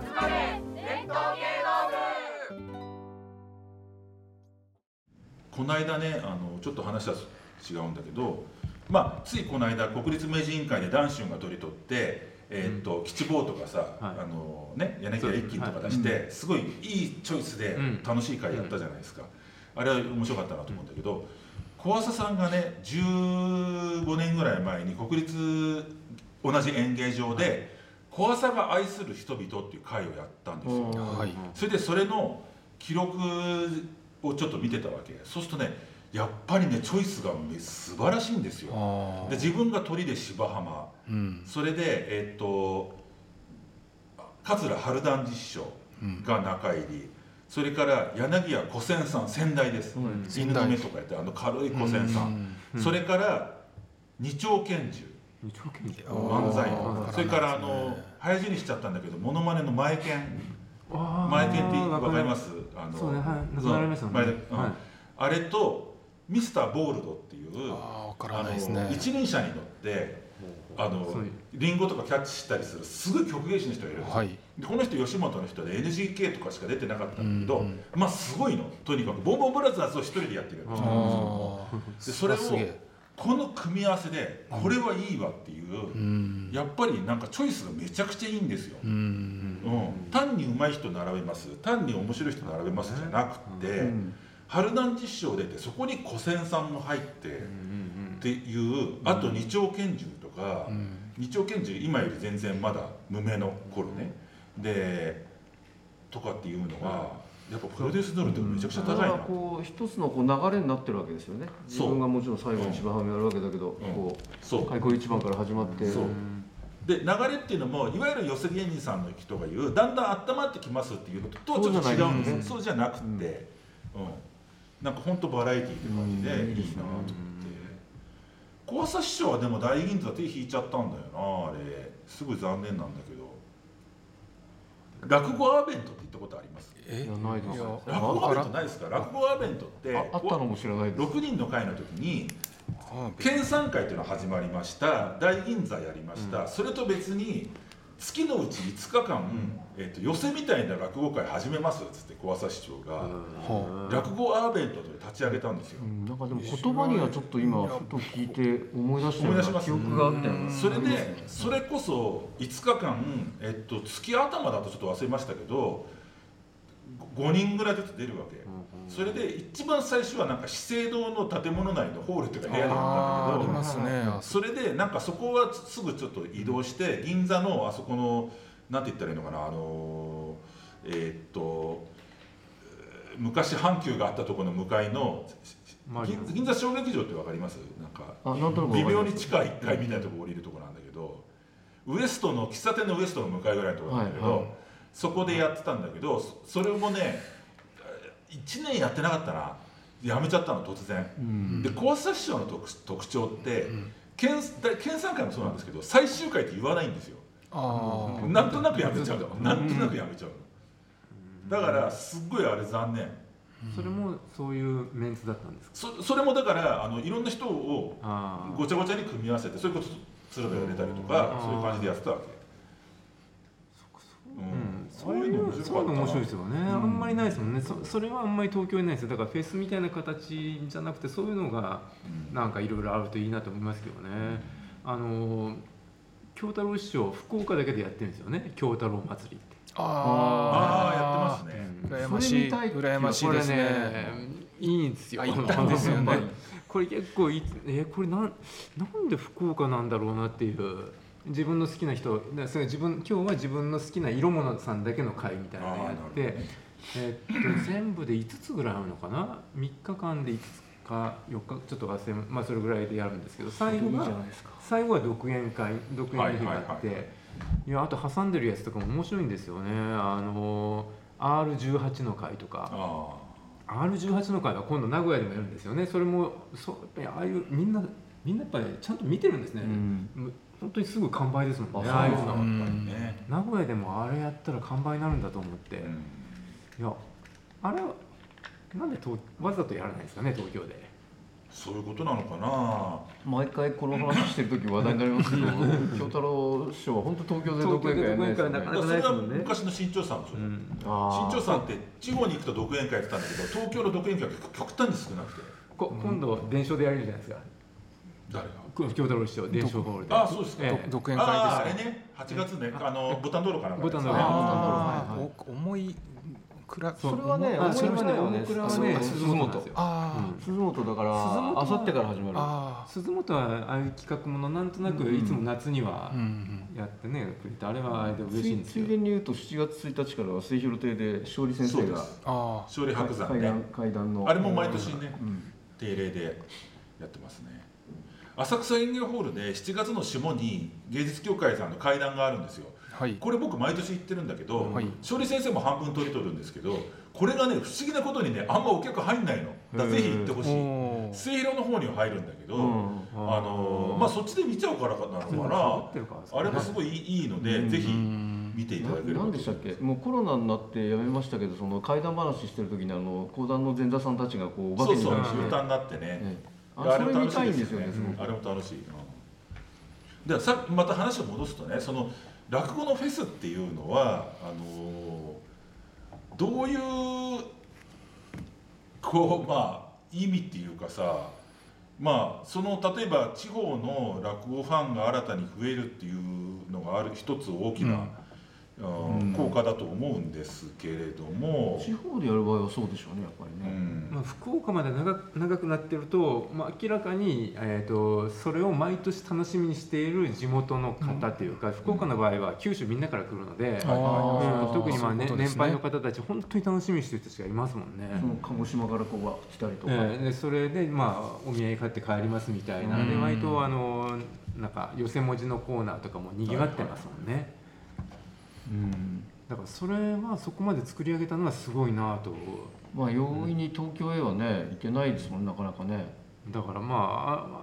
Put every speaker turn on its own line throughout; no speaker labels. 伝統芸能部
この間ねあのちょっと話は違うんだけど、まあ、ついこの間国立明治委員会で談春が取り取って、えーっと吉坊とかさ、
はい
あのね、柳田一輝とか出して、すごいいいチョイスで
うん
楽しい会やったじゃないですか、あれは面白かったなと思うんだけど小朝さんがね15年ぐらい前に国立同じ演芸場で、小朝が愛する人々っていう会をやったんですよ。
はい
それでそれの記録をちょっと見てたわけそうするとねやっぱりねチョイスがめ素晴らしいんですよ
あ
で自分が鳥で芝浜
ーうん
それでえっと桂春団実匠
うん
が中入りそれから柳家古仙さん先代です
うん
犬の目とかやってあの軽い古仙さ
うんん
うん
それから二丁拳銃
二丁拳銃
あー
漫才
わからないです
そ
ね
れからあの早死にしちゃったんだけどモノマネの前剣前剣ってわかりますすあ
そうねはい亡くなりましたもん
前
ね
剣うん
はい
あれとミスターボールドっていう
あーわから
あ
ないですね
の一輪車に乗ってあの
そういう
リンゴとかキャッチしたりするすごい曲芸師の人がいるんですよ、
はい
でこの人吉本の人で NGK とかしか出てなかったんだけど、
うんうん
まあすごいのとにかくボンボンブラザーズを一人でやってる
あ
あ ー
でそれを
すげえ
この組み合わせでこれはいいわっていう、
うん
やっぱりなんかチョイスがめちゃくちゃいいんですよ、
うん
うん、単に上手い人並べます単に面白い人並べますじゃなくて、春団実賞出てそこに古仙さんも入って、っていうあと二丁拳銃とか、
うん
二丁拳銃今より全然まだ無名の頃ね、でとかっていうのはやっぱプロデュース能力ってめちゃくちゃ
だ
高
か
い
ら
な、
こう一つのこう流れになってるわけですよね自分がもちろん最後に芝浜やるわけだけど、
うん
こ
そう
う開口一番から始まって
そうで流れっていうのもいわゆる寄せ芸人さんの人が言うだんだん温まってきますっていうのとちょっと違うんですそうじゃなくて、うんなんか本当バラエティーって感じでいいなと思って小朝師匠はでも大銀座手引いちゃったんだよなあれすごい残念なんだけど落語アーベントって言ったことあります
え
いやないです
いや
落語アーベントないですか落語アーベントって
ああったのも知らないです
6人の会の時に
あー
県産会というのが始まりました大銀座やりました、それと別に月のうち5日間、えっと寄せみたいな落語会始めますっつって小朝市長が、
は
落語アーベントで立ち上げたんですよ、
うんなんかでも言葉にはちょっと今ふと聞いて思い出したような
思い出します
記憶があったような
それでそれこそ5日間、えっと、月頭だとちょっと忘れましたけど5人ぐらいずつ出るわけ、それで一番最初はなんか資生堂の建物内のホールというか部屋だった
あ
んだけ
ーあり
ど
ますねあ
それでなんかそこはすぐちょっと移動して銀座のあそこのなんて言ったらいいのかなあのーえーっとえー昔阪急があったところの向かいの銀銀座小劇場ってわかりますなんか
あなんとなく
微妙
わかり
に
ます
地下1階みたいなとこ降りるとこなんだけどウエストの喫茶店のウエストの向かいぐらいのとこなんだけど、
はいはい
そこでやってたんだけどそそれもね1年やってなかったなやめちゃったの突然。
うん
で小朝師匠の特特徴って、県県産会もそうなんですけど最終回って言わないんですよ
あー
なんとなくやめちゃうのなんとなくやめちゃうのだからすっごいあれ残念
それもそういうメンツだったんですか
そそれもだからあのいろんな人を
あ
ごちゃごちゃに組み合わせてそれこそ鶴瓶が出たりと
う
か
ん
そういう感じでやってたわけ
うん、
う
そ
ん
ういう
ああ
そういうの面白いですよね、
ん
あんまりないですもんねそそれはあんまり東京にないですよだからフェスみたいな形じゃなくてそういうのが
うん
なんかいろいろあるといいなと思いますけどねあの京太郎師匠福岡だけでやってるんですよね京太郎祭りって
あ
あ
あやってますね
羨ましい
それ見たいっていう
羨ましいです
これ
ね
いいんですよ
あ行ったんです よね
これ結構いいえこれなんなんで福岡なんだろうなっていう自分の好きな人だそれ自分今日は自分の好きな色物さんだけの会みたいなのやって、
あーな
えっと全部で5つぐらいあるのかな3日間で5つか4日ちょっと忘れまあそれぐらいでやるんですけど最後
いい
が
じゃないですか
最後は独演会独演の日があって、
はいはい
い
はい
やあと挟んでるやつとかも面白いんですよねあの R18 の会とか
あ
R18 の会は今度名古屋でもやるんですよねそれもそうやっぱりああいうみんなみんなやっぱりちゃんと見てるんですね、
うん
む本当にすぐ完売ですもんね
あ
ああいうの
そう
あ
な
やっぱりね
名古屋でもあれやったら完売になるんだと思って、
う
い
ん
やあれはなんでとわざとやらないんですかね東京で
そういうことなのかな
毎回この話してる時話題になります けど京太郎師匠は本当東京で独演会やんないですよね
東京で独演会だ
だ
か
からそれは昔の新潮さんもそうう、
ん、
新
あー
潮さんって地方に行くと独演会やってたんだけど東京の独演会が極端に少なくて
こ今度伝承でやれるじゃないですか
誰が
京太郎市長伝承ホールで
あそうですか、
ええ
独演
ああ
会
れ
ですね。
ね8月ねあのボタン道路かなんか
ボタン道路
あ
あー
あ、お重いくら。
そう
それはね
あ
思い
それはね
はね
大倉はね
あの
鈴本なんですよ
あ
鈴本だから
鈴本は
あさってから始ま
あ、
る
あ
鈴本はああいう企画ものなんとなく
うん
いつも夏には
あ、うん
やってねくれてあれはあれで嬉しいん
つ
です
ついで
よ
に言うと7月1日からは末広亭で勝利先
そう
生
で
が
す
あ
勝利白山
会談
ね
会談の
あれも毎年ね
うん
定例でやってますね浅草園芸ホールで7月の下に芸術協会さんの会談があるんですよ
あ、はい。
これ僕毎年行ってるんだけど、
はい
勝利先生も半分取り取るんですけどこれがね不思議なことにねあんまお客入んないのだからぜひ行ってほしい
おー
末広の方には入るんだけど、
うん
あのーまあそっちで見ちゃうからかなの
そう
か
ってるからです
な
か
あ
ね
れもすごいいいいいので、ぜひ見ていただければと
な
思
ん
いま
でし
す
たっけもうコロナになってやめましたけどその怪談話してる時にあの講談の前座さんたちがこうお化
そ
け
う
に
そう
なるしね
歌になってね、
ね
いや
あそれ見たいんですよねす
う
ご
んあ
く
れも楽しい。うんでさまた話を戻すとねその落語のフェスっていうのはあのーどういうこうまあ意味っていうかさまあその例えば地方の落語ファンが新たに増えるっていうのがある一つ大きな、うん
うん
効果だと思うんですけれども、
地方でやる場合はそうでしょうねやっぱ
う
りね
ん
まあ、福岡まで長く長くなってると、まあ、明らかに、えー、とそれを毎年楽しみにしている地元の方というか、福岡の場合は九州みんなから来るので、
あ
う
ー
ん、特にまあ、ね
そういうことで
年
すね
配の方たち本当に楽しみにしてる人たちがいますもんね。
その鹿児島からこうわ来たりとか、
ええでそれでまあお土産買って帰りますみたいな、で
うん
割とあのなんか寄せ文字のコーナーとかもにぎわってますもんね、だからそれはそこまで作り上げたのはすごいなと
まあ容易に東京へはね行けないですもんなかなかね
だからま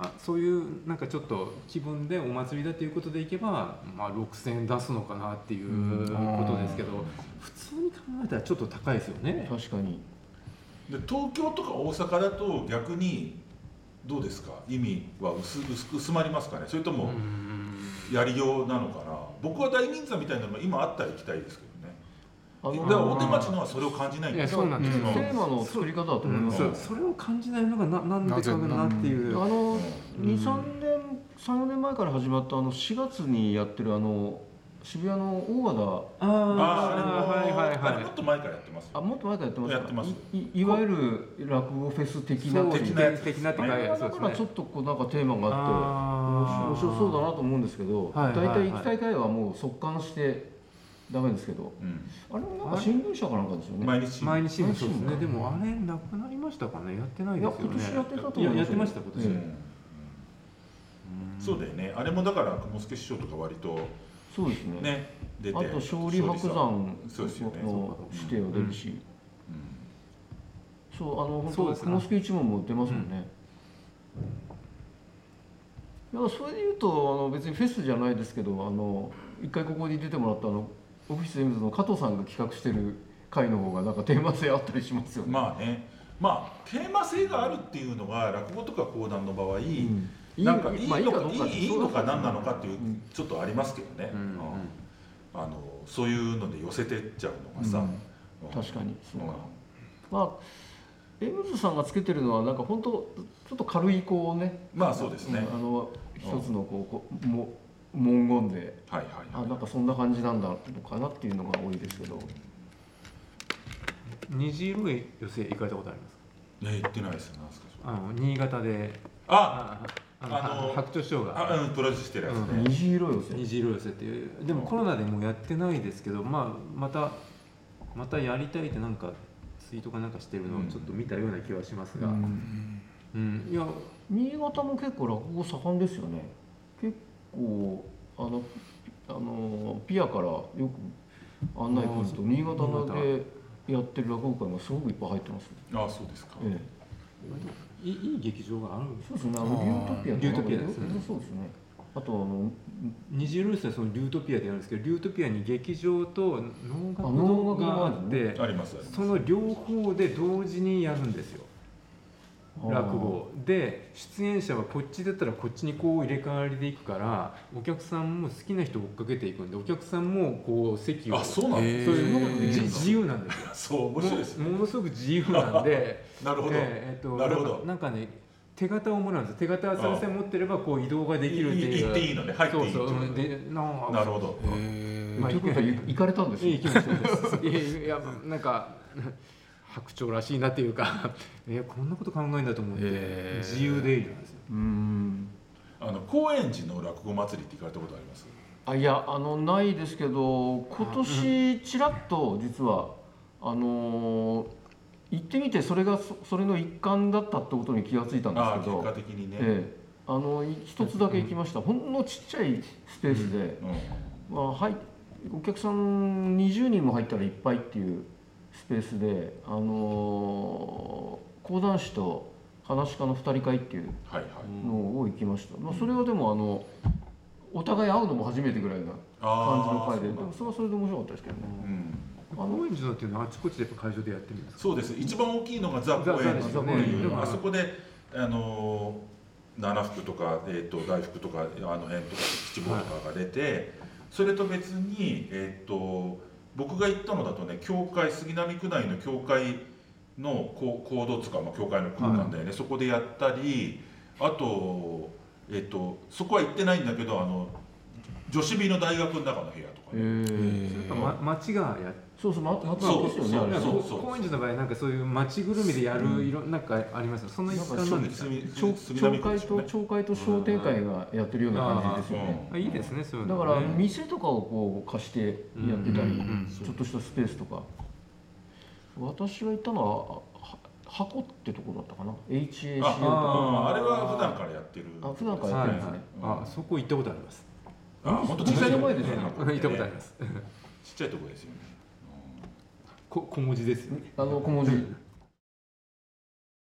あああそういうなんかちょっと気分でお祭りだということでいけば、まあ、6,000円出すのかなっていうことですけど、普通に考えたらちょっと高いですよね。
確かに
で東京とか大阪だと逆にどうですか意味は薄薄く薄まりますかねそれと
う
も
ん
やりようなのかな、僕は大人数みたいなのも今あったら行きたいですけどね
あの
だから大手町のはそれを感じないん
いや
です
そうなんですよ、
テーマの作り方だと思います
そ
よ、
うそれを感じないのがななんでかなっていう
あの
うん
23年34年前から始まったあの4月にやってるあの渋谷の大
あ
ああ
あ
あれも、
はいはい
あ
は
れ
い
もっと前からやってます
和田あもっと前からやってました
やってます
いいいわゆる落語フェス的な
そう
的な
的な
やつ
的なって
あ
書いてあ
れ
る
は
そ
だ
う
か
です
ら
ね
ちょっとこうなんかテーマがあって
あー
面白そうだなと思うんですけど
はい
大
はいはい
体行きたい会はもう速乾してダメですけど
うん
あれもなんか新聞社かなんかですよね
毎日
毎日新聞そうです
毎日新
ね
聞
でもあれなくなりましたかねやってない
い
で
や
すよ
今
ね
年やってたと思
い
い
や
ます
やってました
うん
今年、
うんそうだよねあれもだから雲助師匠とか割と
そうですね
ね出て
あと勝利白山
そうですよね
の指定を出るし、そうあの
そ
本
うで
当
すね
雲助一門も出ますもんね。いやそれで言うとあの別にフェスじゃないですけどあの一回ここに出てもらったあのオフィスエムズの加藤さんが企画してる会の方がなんかテーマ性あったりしますよね。
まあねまあテーマ性があるっていうのが落語とか講談の場合、
うん
なんかいい
まあ
の
ど
か
う
いいいいのか何なのかっていう
うん
ちょっとありますけどね、
うん
うんあのそういうので寄せてっちゃうのがさ、
うん
うん
確かにそう
うん
だなまあエムズさんがつけてるのはなんか本当ちょっと軽いこうね
まあそうですね、
あの一つのこうこうも文言で
はいはい
あ
はい
なんかそんな感じなんだのかなっていうのが多いですけど
虹色へ寄せ行かれたことありますか
ね言ってないですよなんですかそれ
あの新潟で
あ
ああの
あの
白鳥師匠
あ
が
うんプロデュースしてるやつね、
うん
虹色寄せ
虹色寄せっていうでもコロナでもうやってないですけど、まあ、またまたやりたいってなんかツイートかなんかしてるのをちょっと見たような気はしますが、うんいや
新潟も結構落語盛んですよね結構あのあのピアからよく案内来ると新潟でやってる落語会がすごくいっぱい入ってます、
あそうですか、
ええ、
いいい劇場があるんです
そうですねあのリュートピア
リュートピアですね
そうですねあとあの
虹色寄せはそのリュートピアでやるんですけどリュートピアに劇場と能
あ
楽
能
堂
楽堂
があ
がある
っ
の
て
ありますあります
その両方で同時にやるんですよ
あ
落語で出演者はこっち出たらこっちにこう入れ替わりでいくからお客さんも好きな人を追っかけていくんでお客さんもこう席を
あそうなんだ、
そういうじ自由なんですよ
そう面白いですね
ものすごく自由なんで
なるほど、
えーえーと
なるほど
んかなんかね手形をもらうんです手形は三線持ってればこう移動ができるっていう
いいいいっていいのね入っていいってい
そううそうでなんか
なるほど、
まあ、ということは行かれたんです
い
よ
い気持ちです。いやいやいやなんか白鳥らしいなっていうか、 えこんなこと考えんだと思って、
へー
自由でいいなんですよ。
うん
あの高円寺の落語祭りって行かれたことあります
あいやあのないですけど今年ちらっと実はあのー行ってみてそれがそそれの一環だったってことに気がついたんです
ああ
け
結
ど
果的にね、
ええあのい一つだけ行きました、ほんのちっちゃいスペースで、まあ、はいお客さん20人も入ったらいっぱいっていうスペースで、あのー講談師と話し家の2人会っていう
はいはい、
のを行きました、まあ、それはでもあのお互い会うのも初めてぐらいな感じの
ああ
回でで
そうなん
も
だ
それはそれで面白かったですけどね
うん
あの
高円寺のっていうのはあちこちでやっぱ会場でやってるんですか。
そうです一番大きいのがザ・公園
ザザ
ってい
ザ
う
ザ
あそこであのー七福とか、えー、と大福とかあの辺とか七宝とかが出て、それと別に、えー、と僕が行ったのだとね教会杉並区内の教会のこう行動つうか、まあ、教会の空間だよね、そこでやったりあと,、えー、とそこは行ってないんだけどあの女子美の大学の中の部屋とかね、
やっぱ、ま、町がやっ
そうそうまま
そう
そうですよねあれ
なんか
そうそう
高円寺の場合なんかそういう町ぐるみでやるいろなんかありますよ。そんな一環なんですか。
町町
区で
会
すよ
と
ね
町会と商店会がやってるような感じですよね
あいいですねそういう
だ
の
か
ね。
ら店とかをこう貸してやってたり、
うんうんうん
ちょっとしたスペースとか私が行ったのはは箱ってとこだったかな HACO と
あ
か
ああれは普段からやってる
あ普段から
は
や
い
って
は
るん
い
ですね、
あそこ行ったことあります。
あ本当
実際の前
ち
で
っ
す
ちゃ
よ
い
ね
とこ
行ったことあります。
ちっちゃいとこですよね
こ小文字ですよね。
あの小文字